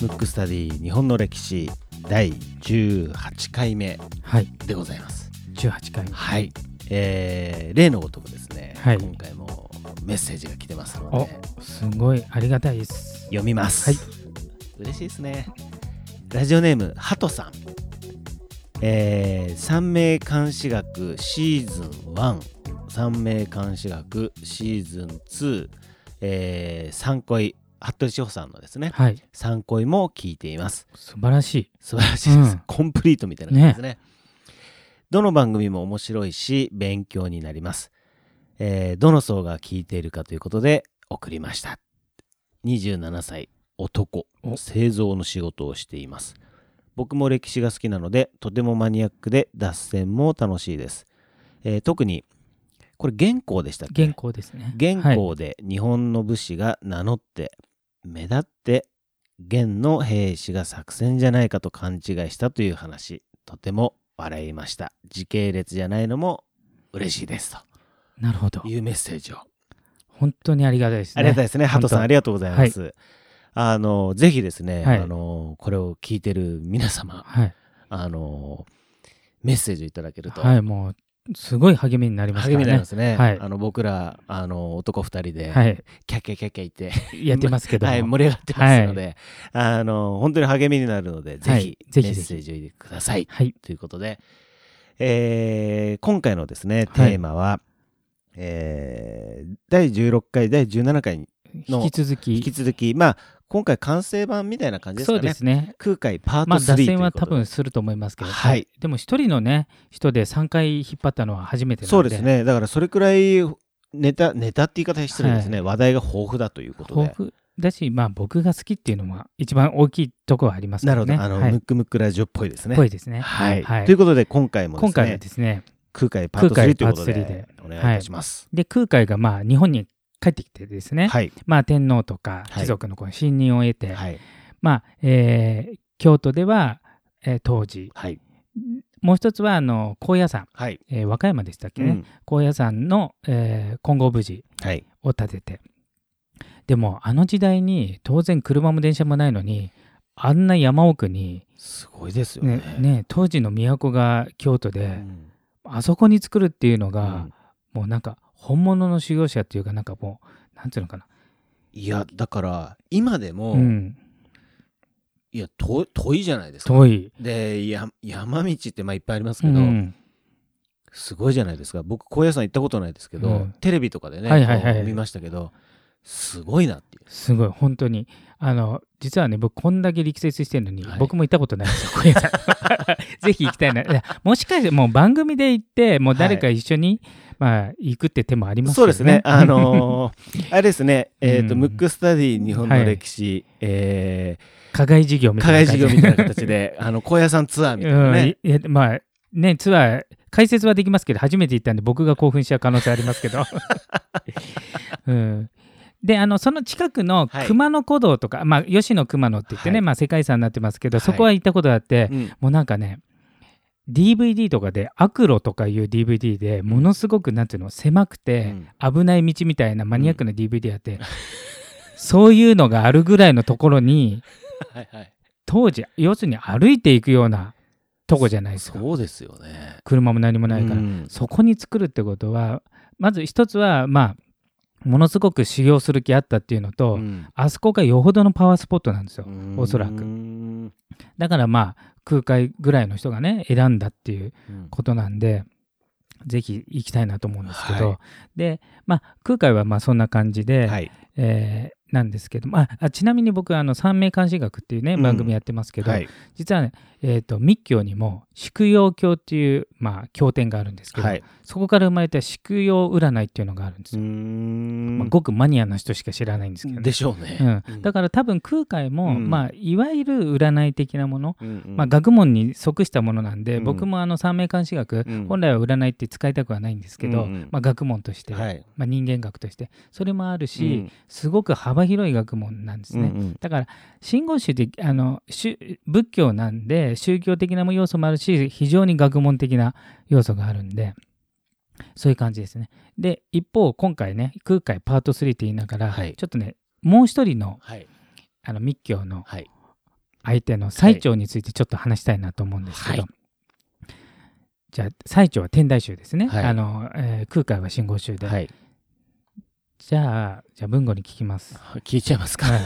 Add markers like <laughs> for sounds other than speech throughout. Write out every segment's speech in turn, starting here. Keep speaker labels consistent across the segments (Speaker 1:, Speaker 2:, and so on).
Speaker 1: ムックスタディ日本の歴史第18回目
Speaker 2: はい、
Speaker 1: でございます。
Speaker 2: 18回目。
Speaker 1: はい、えー例のごとくですね、
Speaker 2: はい
Speaker 1: 今回もメッセージが来てますの
Speaker 2: お
Speaker 1: で、
Speaker 2: すごいありがたいです。
Speaker 1: 読みます、
Speaker 2: はい
Speaker 1: 嬉しいですねラジオネームハトさん、えー、三名監視学シーズン1三名監視学シーズン2、えー、三恋服部志保さんのですね
Speaker 2: はい、
Speaker 1: 三恋も聞いています
Speaker 2: 素晴らしい。
Speaker 1: 素晴らしいです、
Speaker 2: うん
Speaker 1: コンプリートみたいな感じですねどの番組も面白いし勉強になります、えーどの層が聞いているかということで送りました27歳男
Speaker 2: お
Speaker 1: 製造の仕事をしています僕も歴史が好きなのでとてもマニアックで脱線も楽しいです、えー特にこれ原稿でしたっけ
Speaker 2: 原稿ですね。
Speaker 1: 元
Speaker 2: はい
Speaker 1: 寇で日本の武士が名乗って、目立って元の兵士が作戦じゃないかと勘違いしたという話とても笑いました時系列じゃないのも嬉しいです
Speaker 2: なるほど
Speaker 1: と。いうメッセージを、
Speaker 2: 本当にありがたいです
Speaker 1: あ
Speaker 2: ね。
Speaker 1: りがたいですねハトさん
Speaker 2: 本当
Speaker 1: ありがとうございます、あのぜひですね、
Speaker 2: はい
Speaker 1: あのこれを聞いてる皆様
Speaker 2: はい、
Speaker 1: あのメッセージをいただけると、
Speaker 2: はい、もう、すごい励みになりますか
Speaker 1: 励み
Speaker 2: らね。
Speaker 1: になりますね、
Speaker 2: はい
Speaker 1: あの僕らあの男2人で、
Speaker 2: は
Speaker 1: キャッキャッキャッキャ言って
Speaker 2: い、やってますけども。
Speaker 1: はい、盛り上がってますので、あの本当に励みになるので、
Speaker 2: はい
Speaker 1: ぜひ
Speaker 2: ぜ
Speaker 1: メッ
Speaker 2: ひぜひ
Speaker 1: セージを入れてください
Speaker 2: はい、
Speaker 1: ということで、えー今回のですねテ
Speaker 2: はい
Speaker 1: ーマは、えー第16回第17回にの
Speaker 2: 引き続き
Speaker 1: 引き続き、まあ、今回完成版みたいな感じです
Speaker 2: そ
Speaker 1: か
Speaker 2: うで
Speaker 1: ね
Speaker 2: すね。
Speaker 1: 空海パート
Speaker 2: まあ、
Speaker 1: 3
Speaker 2: 脱
Speaker 1: ということで、
Speaker 2: 線は多分すると思いますけど、
Speaker 1: はい
Speaker 2: でも一人のね、人で3回引っ張ったのは初めてな
Speaker 1: そ
Speaker 2: の
Speaker 1: う
Speaker 2: で、
Speaker 1: ですねだからそれくらいネタネタって言い方は失礼ですね、話題が豊富だということで
Speaker 2: 豊富だし、まあ、僕が好きっていうのは一番大きいとこはありますか
Speaker 1: なる
Speaker 2: ら
Speaker 1: ほ
Speaker 2: ね。
Speaker 1: どあの、
Speaker 2: はい
Speaker 1: ムックムックラジオっぽいですね
Speaker 2: ぽいですね。
Speaker 1: はい、
Speaker 2: はい
Speaker 1: ということで今回もですね
Speaker 2: 今回はですね、
Speaker 1: 空海パート3
Speaker 2: 空海
Speaker 1: ということ
Speaker 2: パー
Speaker 1: でお願いいたします。
Speaker 2: で空海がまあ日本に帰ってきてですね、
Speaker 1: はい。
Speaker 2: まあ、天皇とか
Speaker 1: はい
Speaker 2: 貴族のこの信任を得て、
Speaker 1: はい。
Speaker 2: まあえー京都では、えー当時
Speaker 1: はい。
Speaker 2: もう一つはあの高野山、
Speaker 1: はい。
Speaker 2: えー和歌山でしたっけ
Speaker 1: う
Speaker 2: ね、
Speaker 1: ん
Speaker 2: 高野山の、えー金剛無事
Speaker 1: はい。
Speaker 2: を建ててでもあの時代に当然車も電車もないのにあんな山奥に、
Speaker 1: すごいですよね
Speaker 2: ね。ね、当時の都が京都で、
Speaker 1: うん
Speaker 2: あそこに作るっていうの
Speaker 1: う
Speaker 2: が、
Speaker 1: ん
Speaker 2: もうなんか本物の修行者っていうかなんかもうなんていうのかな、
Speaker 1: いや、だから、今でも、
Speaker 2: うん、
Speaker 1: いや、遠い遠いじゃないですか。
Speaker 2: 遠い、
Speaker 1: で、や山道って、まあ、いっぱいあります
Speaker 2: う
Speaker 1: けど、
Speaker 2: ん、
Speaker 1: すごいじゃないですか。僕、高野山行ったことないですけど、
Speaker 2: うん
Speaker 1: テレビとかでね、
Speaker 2: はいはいはい
Speaker 1: こう見ましたけど、すごいなっていう。
Speaker 2: すごい本当にあの実はね僕こんだけ力説してるのに、
Speaker 1: はい
Speaker 2: 僕も行ったことないんですよ
Speaker 1: <laughs>
Speaker 2: 小屋さんぜひ行きたいないやもしかしてもう番組で行ってもう誰か一緒に、まあ行くって手もありますけ
Speaker 1: そ
Speaker 2: ど
Speaker 1: うですね。あのーあれですね、えっ、と、
Speaker 2: うん
Speaker 1: ムックスタディ日本
Speaker 2: は
Speaker 1: の
Speaker 2: い
Speaker 1: 歴史、え
Speaker 2: <laughs> 課外事業み
Speaker 1: ー、
Speaker 2: た
Speaker 1: 課
Speaker 2: いな
Speaker 1: 外
Speaker 2: 感
Speaker 1: 事
Speaker 2: じ
Speaker 1: 業みたいな形
Speaker 2: <laughs>
Speaker 1: で、あの、高野山ツアーみたいなね。
Speaker 2: うん、いやまあねツアー解説はできますけど初めて行ったんで僕が興奮しちゃう可能性あります
Speaker 1: <laughs>
Speaker 2: けど、うん、であのその近くの
Speaker 1: はい
Speaker 2: 熊野古道とか、まあ、吉野熊野って言ってね、
Speaker 1: はい
Speaker 2: まあ、世界遺産になってますけど、
Speaker 1: はい
Speaker 2: そこは行ったことあって、
Speaker 1: うん
Speaker 2: もうなんかね DVD とかでアクロとかいう DVD でものすごくなんていうの狭くて
Speaker 1: うん
Speaker 2: 危ない道みたいなマニアックな DVD あって、そういうのがあるぐらいのところに
Speaker 1: はいはい。
Speaker 2: 当時要するに歩いていくようなとこじゃないですか
Speaker 1: そうですよね。
Speaker 2: 車も何もないから、
Speaker 1: うん
Speaker 2: そこに作るってことはまず一つはまあものすごく修行する気あったっていうのと、
Speaker 1: うん
Speaker 2: あそこがよほどのパワースポットなんですよ、おそらく
Speaker 1: うん
Speaker 2: だからまあ空海ぐらいの人がね選んだっていう
Speaker 1: うん
Speaker 2: ことなんでぜひ行きたいなと思うんですけど、
Speaker 1: はい
Speaker 2: でまあ空海はまあそんな感じで、
Speaker 1: はい。
Speaker 2: えーなんですけどもああちなみに僕あの三名監視学っていうね
Speaker 1: うん
Speaker 2: 番組やってますけど、
Speaker 1: はい。
Speaker 2: 実はね、えー、と密教にも宿養教っていう、まあ、経典があるんですけど、
Speaker 1: はい。
Speaker 2: そこから生まれた宿養占いっていうのがあるんですよ、
Speaker 1: ん
Speaker 2: まあ、ごくマニアな人しか知らないんですけど、
Speaker 1: でしょうね。
Speaker 2: うん、だから多分空海
Speaker 1: う
Speaker 2: も、
Speaker 1: ん
Speaker 2: まあ、いわゆる占い的なもの、
Speaker 1: ら、うんうん
Speaker 2: まあ、学問に即したものなんで、
Speaker 1: うん
Speaker 2: 僕もあの三名監視学、
Speaker 1: うん
Speaker 2: 本来は占いって使いたくはないんですけど、
Speaker 1: うんうん
Speaker 2: まあ、学問として、
Speaker 1: はい。
Speaker 2: まあ、人間学としてそれもあるし、
Speaker 1: うん
Speaker 2: すごく幅広い学問なんですね。
Speaker 1: うんうん
Speaker 2: だから真言宗ってあの宗仏教なんで宗教的な要素もあるし非常に学問的な要素があるんでそういう感じですね。で、一方、今回ね、空海パート3って言いながら、
Speaker 1: はい
Speaker 2: ちょっとね、もう一人の
Speaker 1: はい
Speaker 2: あの密教の
Speaker 1: はい
Speaker 2: 相手の最澄についてちょっと話したいなと思うんですけど、
Speaker 1: は
Speaker 2: じゃあ、最澄は天台宗ですね。
Speaker 1: はい
Speaker 2: あのえー空海は真言宗で。
Speaker 1: はい
Speaker 2: じゃあ、じゃあ文語に聞きます。
Speaker 1: 聞いちゃいますか、
Speaker 2: は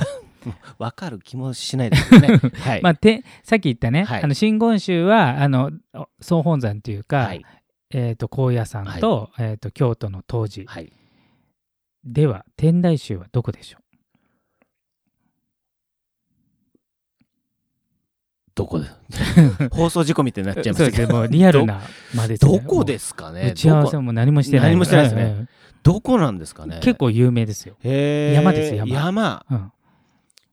Speaker 1: <laughs> わかる気もしないですよね
Speaker 2: <laughs>
Speaker 1: はい、
Speaker 2: まあ、てさっき言ったね、
Speaker 1: はい
Speaker 2: あの真言宗はあのお総本山というか、
Speaker 1: はい
Speaker 2: えー、と高野山と,、えー、と京都の東寺、
Speaker 1: はい
Speaker 2: では天台宗はどこでしょ
Speaker 1: ど
Speaker 2: <laughs>
Speaker 1: こで
Speaker 2: う
Speaker 1: 放送事故みたいになっちゃいま
Speaker 2: そう
Speaker 1: すけ
Speaker 2: ですね
Speaker 1: ど
Speaker 2: もうリアルなまで
Speaker 1: どこですすか
Speaker 2: ねもう
Speaker 1: ね
Speaker 2: 打ち合わせも何もしてない
Speaker 1: 何もしてないですね
Speaker 2: うん
Speaker 1: どこどこなんですかね
Speaker 2: 結構有名ですよ、
Speaker 1: へー
Speaker 2: 山です山
Speaker 1: 山
Speaker 2: うん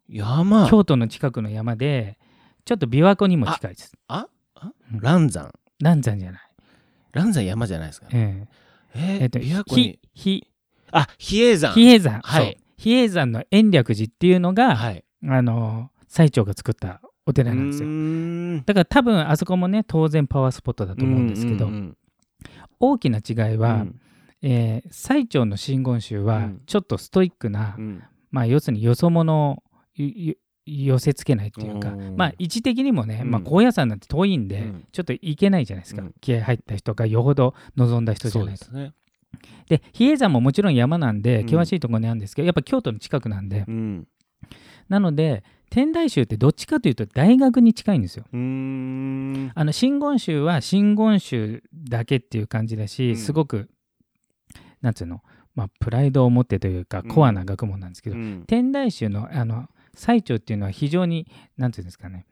Speaker 1: 山
Speaker 2: 京都の近くの山でちょっと琵琶湖にも近いです
Speaker 1: ああ
Speaker 2: うん
Speaker 1: 蘭山
Speaker 2: 南山じゃない、
Speaker 1: 蘭山山じゃないですかね
Speaker 2: え
Speaker 1: え
Speaker 2: ええ
Speaker 1: ー
Speaker 2: ーと
Speaker 1: 琵琶湖に
Speaker 2: ひひ
Speaker 1: あ比叡山
Speaker 2: 比叡山、
Speaker 1: はい
Speaker 2: そう比叡山の延暦寺っていうのが、
Speaker 1: はい
Speaker 2: あの最澄が作ったお寺なんですよだから多分あそこもね当然パワースポットだと思うんですけど、
Speaker 1: うーん
Speaker 2: 大きな違い
Speaker 1: うんうん
Speaker 2: は、えー最澄の真言宗
Speaker 1: う
Speaker 2: は
Speaker 1: ん
Speaker 2: ちょっとストイックな、
Speaker 1: うんうん
Speaker 2: まあ要するによそ者をいい寄せつけないっていうか
Speaker 1: うん
Speaker 2: まあ位置的にもね、
Speaker 1: うん
Speaker 2: まあ、高野山なんて遠いんで、
Speaker 1: うん
Speaker 2: ちょっと行けないじゃないですか、
Speaker 1: うん
Speaker 2: 気合入った人がよほど望んだ人じ
Speaker 1: そ
Speaker 2: ゃ
Speaker 1: う
Speaker 2: な
Speaker 1: で
Speaker 2: いと
Speaker 1: すね
Speaker 2: で比叡山ももちろん山なんで
Speaker 1: うん
Speaker 2: 険しいところにあるんですけど、やっぱ京都の近くなんで、
Speaker 1: うん
Speaker 2: なので天台宗ってどっちかというと大学に近いんですよ
Speaker 1: うーん
Speaker 2: あの真言宗は真言宗だけっていう感じだし、
Speaker 1: うん
Speaker 2: すごくなんつうの、まあ、プライドを持ってというか
Speaker 1: うん
Speaker 2: コアな学問なんですけ
Speaker 1: う
Speaker 2: ど、
Speaker 1: ん
Speaker 2: 天台宗のあの最澄っていうのは非常になんていうんですかね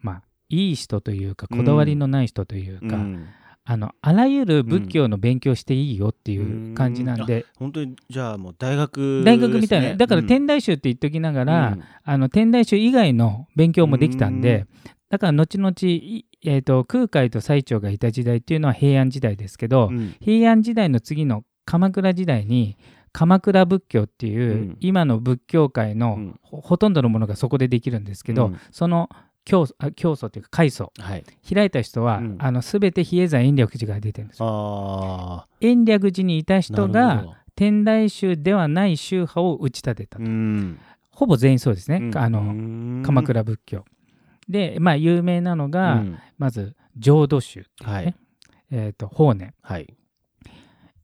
Speaker 2: まあいい人というかこだわりのない人という
Speaker 1: う
Speaker 2: か、
Speaker 1: ん
Speaker 2: あのあらゆる仏教の勉強していいよっていう感じなんで、
Speaker 1: 本当にじゃあもう大学
Speaker 2: 大学みたいな、
Speaker 1: ですね
Speaker 2: だから
Speaker 1: うん
Speaker 2: 天台宗って言っときながら、
Speaker 1: うん
Speaker 2: あの天台宗以外の勉強もできたんで、だから後々、いえー、と空海と最澄がいた時代っていうのは平安時代ですけど、
Speaker 1: うん
Speaker 2: 平安時代の次の鎌倉時代に鎌倉仏教っていう、
Speaker 1: うん
Speaker 2: 今の仏教
Speaker 1: う
Speaker 2: 界の
Speaker 1: ん
Speaker 2: ほ,、とんどのものがそこでできるんですけど、
Speaker 1: うん
Speaker 2: その教祖あ教祖というか開祖
Speaker 1: はい
Speaker 2: 開いた人は、
Speaker 1: うん
Speaker 2: あの全て比叡山延暦寺が出てるんですよ。
Speaker 1: あ
Speaker 2: 延暦寺にいた
Speaker 1: ー
Speaker 2: 人
Speaker 1: なる
Speaker 2: が
Speaker 1: ほど
Speaker 2: 天台宗ではない宗派を打ち立てたと、
Speaker 1: うん
Speaker 2: ほぼ全員そうですね、あの
Speaker 1: の
Speaker 2: 鎌倉仏教。で、まあ、有名なのが、まず浄土宗っていうね、
Speaker 1: はい
Speaker 2: えーと法然、
Speaker 1: はい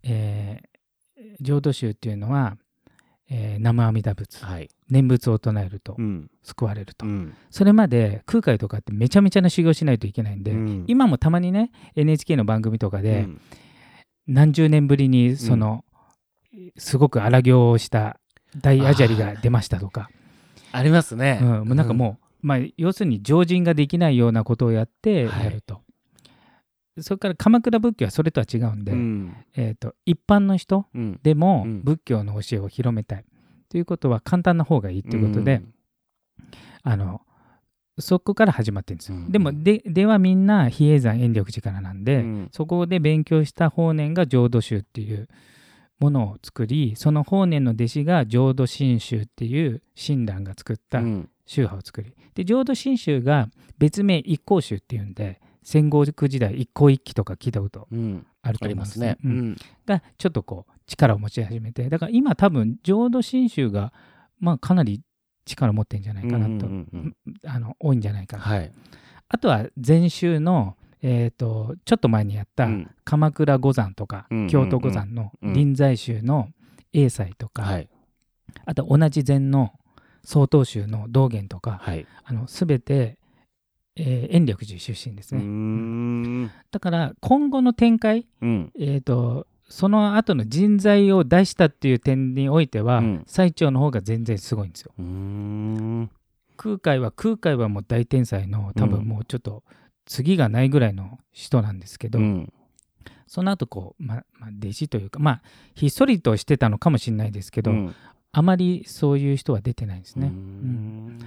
Speaker 2: えー浄土宗っていうのは、えー生阿弥陀仏
Speaker 1: はい
Speaker 2: 念仏を唱えると
Speaker 1: うん
Speaker 2: 救われると、
Speaker 1: うん
Speaker 2: それまで空海とかってめちゃめちゃな修行しないといけないんで、
Speaker 1: うん
Speaker 2: 今もたまにね NHK の番組とか
Speaker 1: う
Speaker 2: で、
Speaker 1: ん
Speaker 2: 何十年ぶりにその、すごく荒行をした大アジャリが出ましたとか、
Speaker 1: ありますね
Speaker 2: うん、もうなんかもう、まあ、要するに常人ができないようなことをやって
Speaker 1: はい
Speaker 2: やると、それから鎌倉仏教はそれとは違うんで、
Speaker 1: うん
Speaker 2: えー、と一般の人
Speaker 1: うん
Speaker 2: でも
Speaker 1: うん
Speaker 2: 仏教の教えを広めたいということは簡単な方がいいということで、あのそこから始まってるんですよ、
Speaker 1: うん
Speaker 2: でもでではみんな比叡山延暦寺からなんで、
Speaker 1: うん
Speaker 2: そこで勉強した法然が浄土宗っていうものを作りその法然の弟子が浄土真宗っていう親鸞が作った
Speaker 1: うん
Speaker 2: 宗派を作りで浄土真宗が別名一向宗っていうんで戦国時代一向一揆とか聞いたこと
Speaker 1: うん
Speaker 2: あると
Speaker 1: あ
Speaker 2: 思
Speaker 1: り
Speaker 2: いま
Speaker 1: ますすね
Speaker 2: うん
Speaker 1: うん
Speaker 2: がちょっとこう力を持ち始めてだから今多分浄土真宗がまあかなり力を持ってんじゃないかな
Speaker 1: う
Speaker 2: と、
Speaker 1: んうんうん
Speaker 2: あの多いんじゃないかな、
Speaker 1: はい
Speaker 2: あとは禅宗のえー、とちょっと前にやった
Speaker 1: うん
Speaker 2: 鎌倉五山とか、
Speaker 1: うんうんうん
Speaker 2: 京都五山の
Speaker 1: うん
Speaker 2: 臨済宗の栄西とか、
Speaker 1: はい
Speaker 2: あと同じ禅の曹洞宗の道元とか、
Speaker 1: はい
Speaker 2: あの全て、えー延暦寺出身です
Speaker 1: うー
Speaker 2: ね、
Speaker 1: ん
Speaker 2: だから今後の展開、
Speaker 1: うん
Speaker 2: えー、とその後の人材を出したっていう点においては、
Speaker 1: うん
Speaker 2: 最澄の方が全然すごいんですよ
Speaker 1: うーん
Speaker 2: 空海は空海はもう大天才の多
Speaker 1: う
Speaker 2: 分
Speaker 1: ん
Speaker 2: もうちょっと次がないぐらいの人なんですけど、
Speaker 1: うん
Speaker 2: その後こう、ままあ、弟子というかまあひっそりとしてたのかもしれないですけど、
Speaker 1: うん
Speaker 2: あまりそういう人は出てないんですね、
Speaker 1: うーん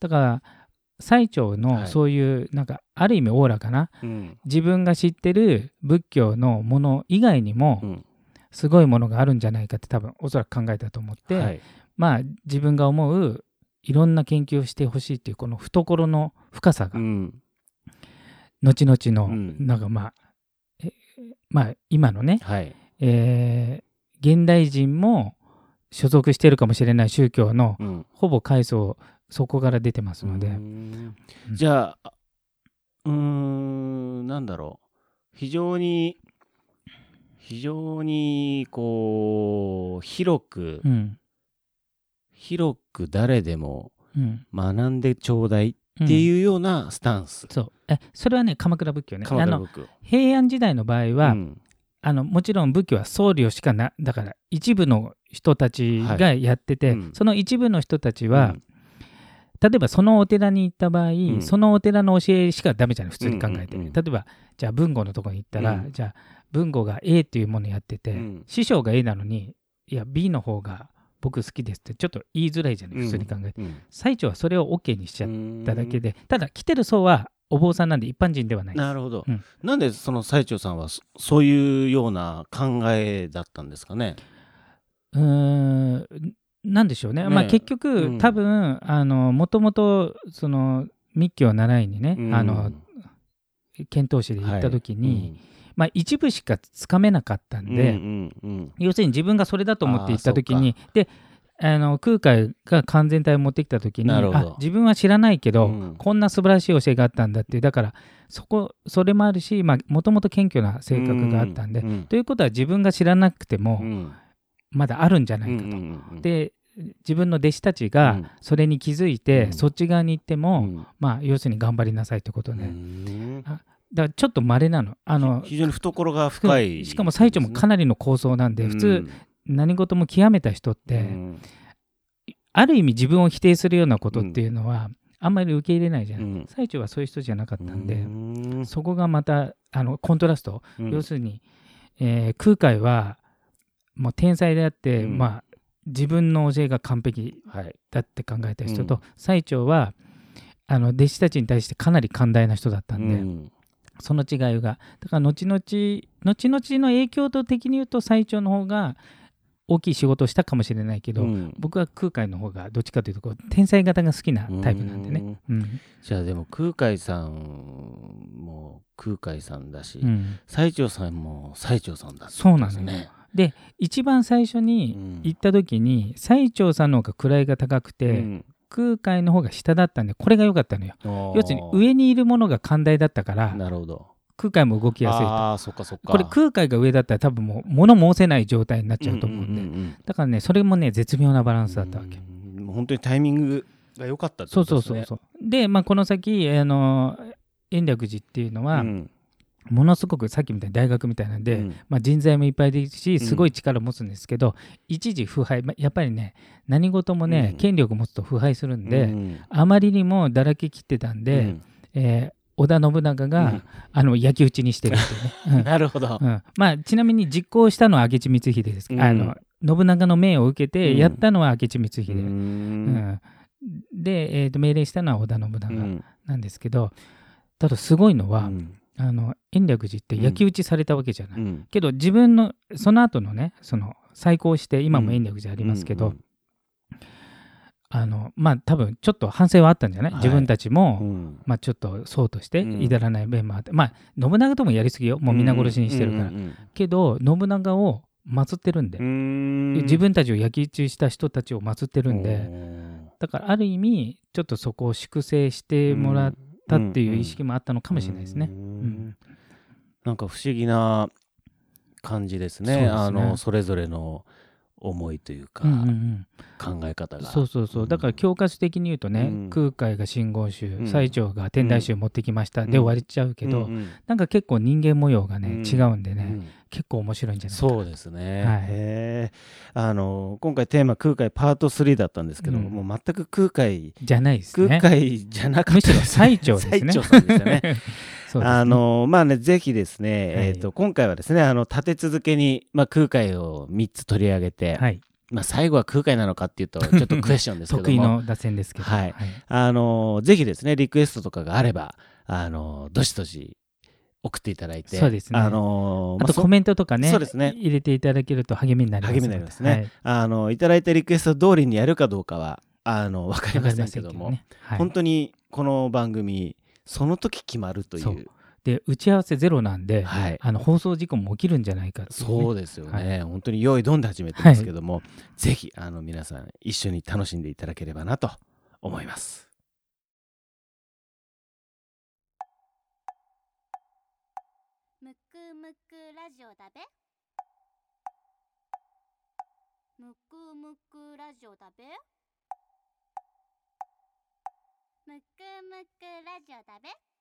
Speaker 2: だから最澄
Speaker 1: は
Speaker 2: の
Speaker 1: い
Speaker 2: そういう、なんかある意味おおらかな
Speaker 1: うん
Speaker 2: 自分が知ってる仏教のもの以外にも
Speaker 1: うん
Speaker 2: すごいものがあるんじゃないかって多分おそらく考えたと思って、
Speaker 1: はい
Speaker 2: まあ自分が思ういろんな研究をしてほしいっていうこの懐の深さ
Speaker 1: う
Speaker 2: が
Speaker 1: ん
Speaker 2: 後々の、
Speaker 1: うん
Speaker 2: なんかまあえまあ今のね、
Speaker 1: はい
Speaker 2: ええー現代人も所属しているかもしれない宗教の
Speaker 1: うん
Speaker 2: ほぼ階層そこから出てますので、
Speaker 1: うんじゃあうーんなんだろう非常に非常にこう広く、
Speaker 2: うん
Speaker 1: 広く誰でも
Speaker 2: うん
Speaker 1: 学んでちょうだい
Speaker 2: うん
Speaker 1: っていうようなスタンス、
Speaker 2: そうえそれはね鎌倉仏教ね
Speaker 1: 鎌
Speaker 2: あ
Speaker 1: 倉
Speaker 2: の
Speaker 1: 仏教
Speaker 2: 平安時代の場合は、
Speaker 1: うん
Speaker 2: あのもちろん仏教は僧侶しかなだから一部の人たちがやってて、
Speaker 1: はいうん
Speaker 2: その一部の人たちは、
Speaker 1: うん
Speaker 2: 例えばそのお寺に行った場合、
Speaker 1: ん
Speaker 2: そのお寺の教えしかダメじゃない普通に考えて、
Speaker 1: うんうんうん
Speaker 2: 例えばじゃあ文豪のとこに行ったら、
Speaker 1: うん
Speaker 2: じゃあ文豪が A っていうものやってて、
Speaker 1: うん
Speaker 2: 師匠が A なのにいや B の方が僕好きですってちょっと言いづらいじゃない普通に考えて、
Speaker 1: うん
Speaker 2: 最長はそれを OK にしちゃっ
Speaker 1: った
Speaker 2: だけで、ただ来てる層はお坊さんなんで一般人ではないです
Speaker 1: なるほど、
Speaker 2: うん
Speaker 1: なんでその最澄さんはそそういうような考えだったんですかね
Speaker 2: うーんなんでしょうね、まあ、
Speaker 1: ねえ
Speaker 2: 結局、
Speaker 1: うん
Speaker 2: 多分あのもともとその密教を習いにね、あの遣唐使で行った時に、まあ、一部しかつかめなかったんで、要するに自分がそれだと思って行った時にであの空海が完全体を持ってきた時に
Speaker 1: なるほど
Speaker 2: あ自分は知らないけど、
Speaker 1: うん
Speaker 2: こんな素晴らしい教えがあったんだっていうだからそこそれもあるしもともと謙虚な性格があったんで、ということは自分が知らなくても、まだあるんじゃないかと。で自分の弟子たち
Speaker 1: う
Speaker 2: が
Speaker 1: ん
Speaker 2: それに気づいて、
Speaker 1: うん
Speaker 2: そっち側に行っても、まあ要するに頑張りなさいってことね、だからちょっと稀なのあ
Speaker 1: あ
Speaker 2: の
Speaker 1: 非常に懐が深い
Speaker 2: しかも最長もか
Speaker 1: な
Speaker 2: なりの構想なんで、普通何事も極めた人って、ある意味自分を否定するようなことっていうのは、あんまり受け入れないじゃない、
Speaker 1: うん
Speaker 2: 最長はそういう人じゃなかったんで、そこがまたあのコントラスト、要するに、えー空海はもう天才であって、
Speaker 1: うん
Speaker 2: まあ自分の教えが完璧
Speaker 1: るに、はい
Speaker 2: だって考えた人
Speaker 1: う
Speaker 2: と
Speaker 1: ん
Speaker 2: 最澄はあの弟子たちに対してかなり寛大な人だったんで、
Speaker 1: うん
Speaker 2: その違いがだから後々後々の影響度的に言うと最澄の方が大きい仕事をしたかもしれないけど、
Speaker 1: うん
Speaker 2: 僕は空海の方がどっちかというとこう天才型が好きなタイプなんでね。うん
Speaker 1: じゃあでも空海さんも空海さんだし、
Speaker 2: うん
Speaker 1: 最澄さんも最澄さんだ
Speaker 2: そうなのよ
Speaker 1: ね。
Speaker 2: で一番最初
Speaker 1: う
Speaker 2: に
Speaker 1: ん
Speaker 2: 行った時に最澄さんの方が位が高くて、
Speaker 1: うん
Speaker 2: 空海の方が下だったんでこれが良かったのよ。要するに上にいるものが寛大だったから
Speaker 1: なるほど。
Speaker 2: 空海も動きやすいと。
Speaker 1: ああ、そっかそっか。
Speaker 2: これ空海が上だったら多分もう物申せない状態になっちゃうと思うんで、
Speaker 1: ん
Speaker 2: だからねそれもね絶妙なバランスだったわけ、
Speaker 1: うんもう本当にタイミングが良かったって
Speaker 2: そ
Speaker 1: こ
Speaker 2: うそ
Speaker 1: と
Speaker 2: う
Speaker 1: です
Speaker 2: そう
Speaker 1: ね。
Speaker 2: そうで、まあ、この先あの延暦寺っていうのは、
Speaker 1: うん
Speaker 2: ものすごくさっきみたいに大学みたいなんで、
Speaker 1: うん
Speaker 2: まあ、人材もいっぱいですし
Speaker 1: ん
Speaker 2: すごい力を持つんですけど、一時腐敗、まあやっぱりね何事もね、
Speaker 1: うん
Speaker 2: 権力を持つと腐敗するんで、
Speaker 1: うん
Speaker 2: あまりにもだらけきってたんで、
Speaker 1: うん
Speaker 2: えー織田信長が、
Speaker 1: うん
Speaker 2: あの焼き討ちにしてるっていうね、うん
Speaker 1: なるほど。
Speaker 2: うんまあ、ちなみに実行したのは明智光秀です、
Speaker 1: うん
Speaker 2: あの信長の命を
Speaker 1: う
Speaker 2: 受けて
Speaker 1: ん
Speaker 2: やったのは明智光秀、
Speaker 1: う
Speaker 2: うん
Speaker 1: ん
Speaker 2: で、えーと命令したのは織田信
Speaker 1: う
Speaker 2: 長
Speaker 1: ん
Speaker 2: なんですけど、ただすごいの
Speaker 1: う
Speaker 2: は、
Speaker 1: ん
Speaker 2: あの延暦寺って焼き討ちされたわけじゃない、
Speaker 1: うん
Speaker 2: けど自分のその後のねその再興して今も延暦寺ありますけど、あのまあ多分ちょっと反省はあったんじゃない、
Speaker 1: はい
Speaker 2: 自分たちも、
Speaker 1: うん
Speaker 2: まあ、ちょっとそうとして
Speaker 1: うん
Speaker 2: いだらない面もあって、まあ信長ともやりすぎよもう皆殺しにしてるから、
Speaker 1: うんうん
Speaker 2: けど信長を祀ってるんで、
Speaker 1: うん
Speaker 2: 自分たちを焼き討ちした人たちを祀ってるんで、だからある意味ちょっとそこを粛清してもらったっていう意識もあったのかもしれないですね
Speaker 1: う。ん
Speaker 2: ん
Speaker 1: なんか不思議な感じですね
Speaker 2: そうですね
Speaker 1: あのそれぞれの思いというか、
Speaker 2: うんうんうん
Speaker 1: 考え方が
Speaker 2: そうそうそううんだから教科書的に言うとね、
Speaker 1: うん
Speaker 2: 空海が真言宗、
Speaker 1: ん
Speaker 2: 最澄が天台宗持ってきました、
Speaker 1: うん
Speaker 2: で終わりちゃうけど、
Speaker 1: うんうん
Speaker 2: なんか結構人間模様がね、
Speaker 1: うん
Speaker 2: 違うんで
Speaker 1: う
Speaker 2: ね、
Speaker 1: ん
Speaker 2: 結構面白いんじゃないかな
Speaker 1: そうですね、
Speaker 2: はい
Speaker 1: へえあの今回テーマ空海パート3だったんですけど、
Speaker 2: うん
Speaker 1: もう全く空海
Speaker 2: じゃないですね
Speaker 1: 空海じゃなく
Speaker 2: む
Speaker 1: て
Speaker 2: しろ最澄です
Speaker 1: 最
Speaker 2: ね
Speaker 1: 澄さんでしたね
Speaker 2: <laughs> そうですね
Speaker 1: あのまあねぜひですね、
Speaker 2: はい
Speaker 1: えー、と今回はですねあの立て続けに、まあ、空海を3つ取り上げて、
Speaker 2: はい、
Speaker 1: まあ、最後は空海なのかっていう
Speaker 2: <laughs>
Speaker 1: とちょっとクエスチョンですけども
Speaker 2: 得意の打線ですけど、
Speaker 1: はいあのぜひですねリクエストとかがあればあのどしどし送っていただいて
Speaker 2: そうですね
Speaker 1: あの
Speaker 2: あと
Speaker 1: まあ
Speaker 2: コメントとかね
Speaker 1: そうですね
Speaker 2: 入れていただけると励みになりますので
Speaker 1: 励みになりますねあのいただいたリクエスト通りにやるかどうかはあの分か
Speaker 2: はい、
Speaker 1: り
Speaker 2: わか
Speaker 1: ま
Speaker 2: り
Speaker 1: せ
Speaker 2: ま
Speaker 1: んけ
Speaker 2: せんけ
Speaker 1: ど
Speaker 2: ど
Speaker 1: も、
Speaker 2: ね、はい
Speaker 1: 本当にこの番組その時決まるとい
Speaker 2: そううで打ち合わせゼロなんで、
Speaker 1: はい
Speaker 2: あの放送事故も起きるんじゃないかっていうね
Speaker 1: そうですよね、
Speaker 2: は
Speaker 1: 本当に用意どんで始めてますけども、ぜひあの皆さん一緒に楽しんでいただければなと思います。
Speaker 3: むくむくラジオだべむくむくラジオだべむくむくラジオだべ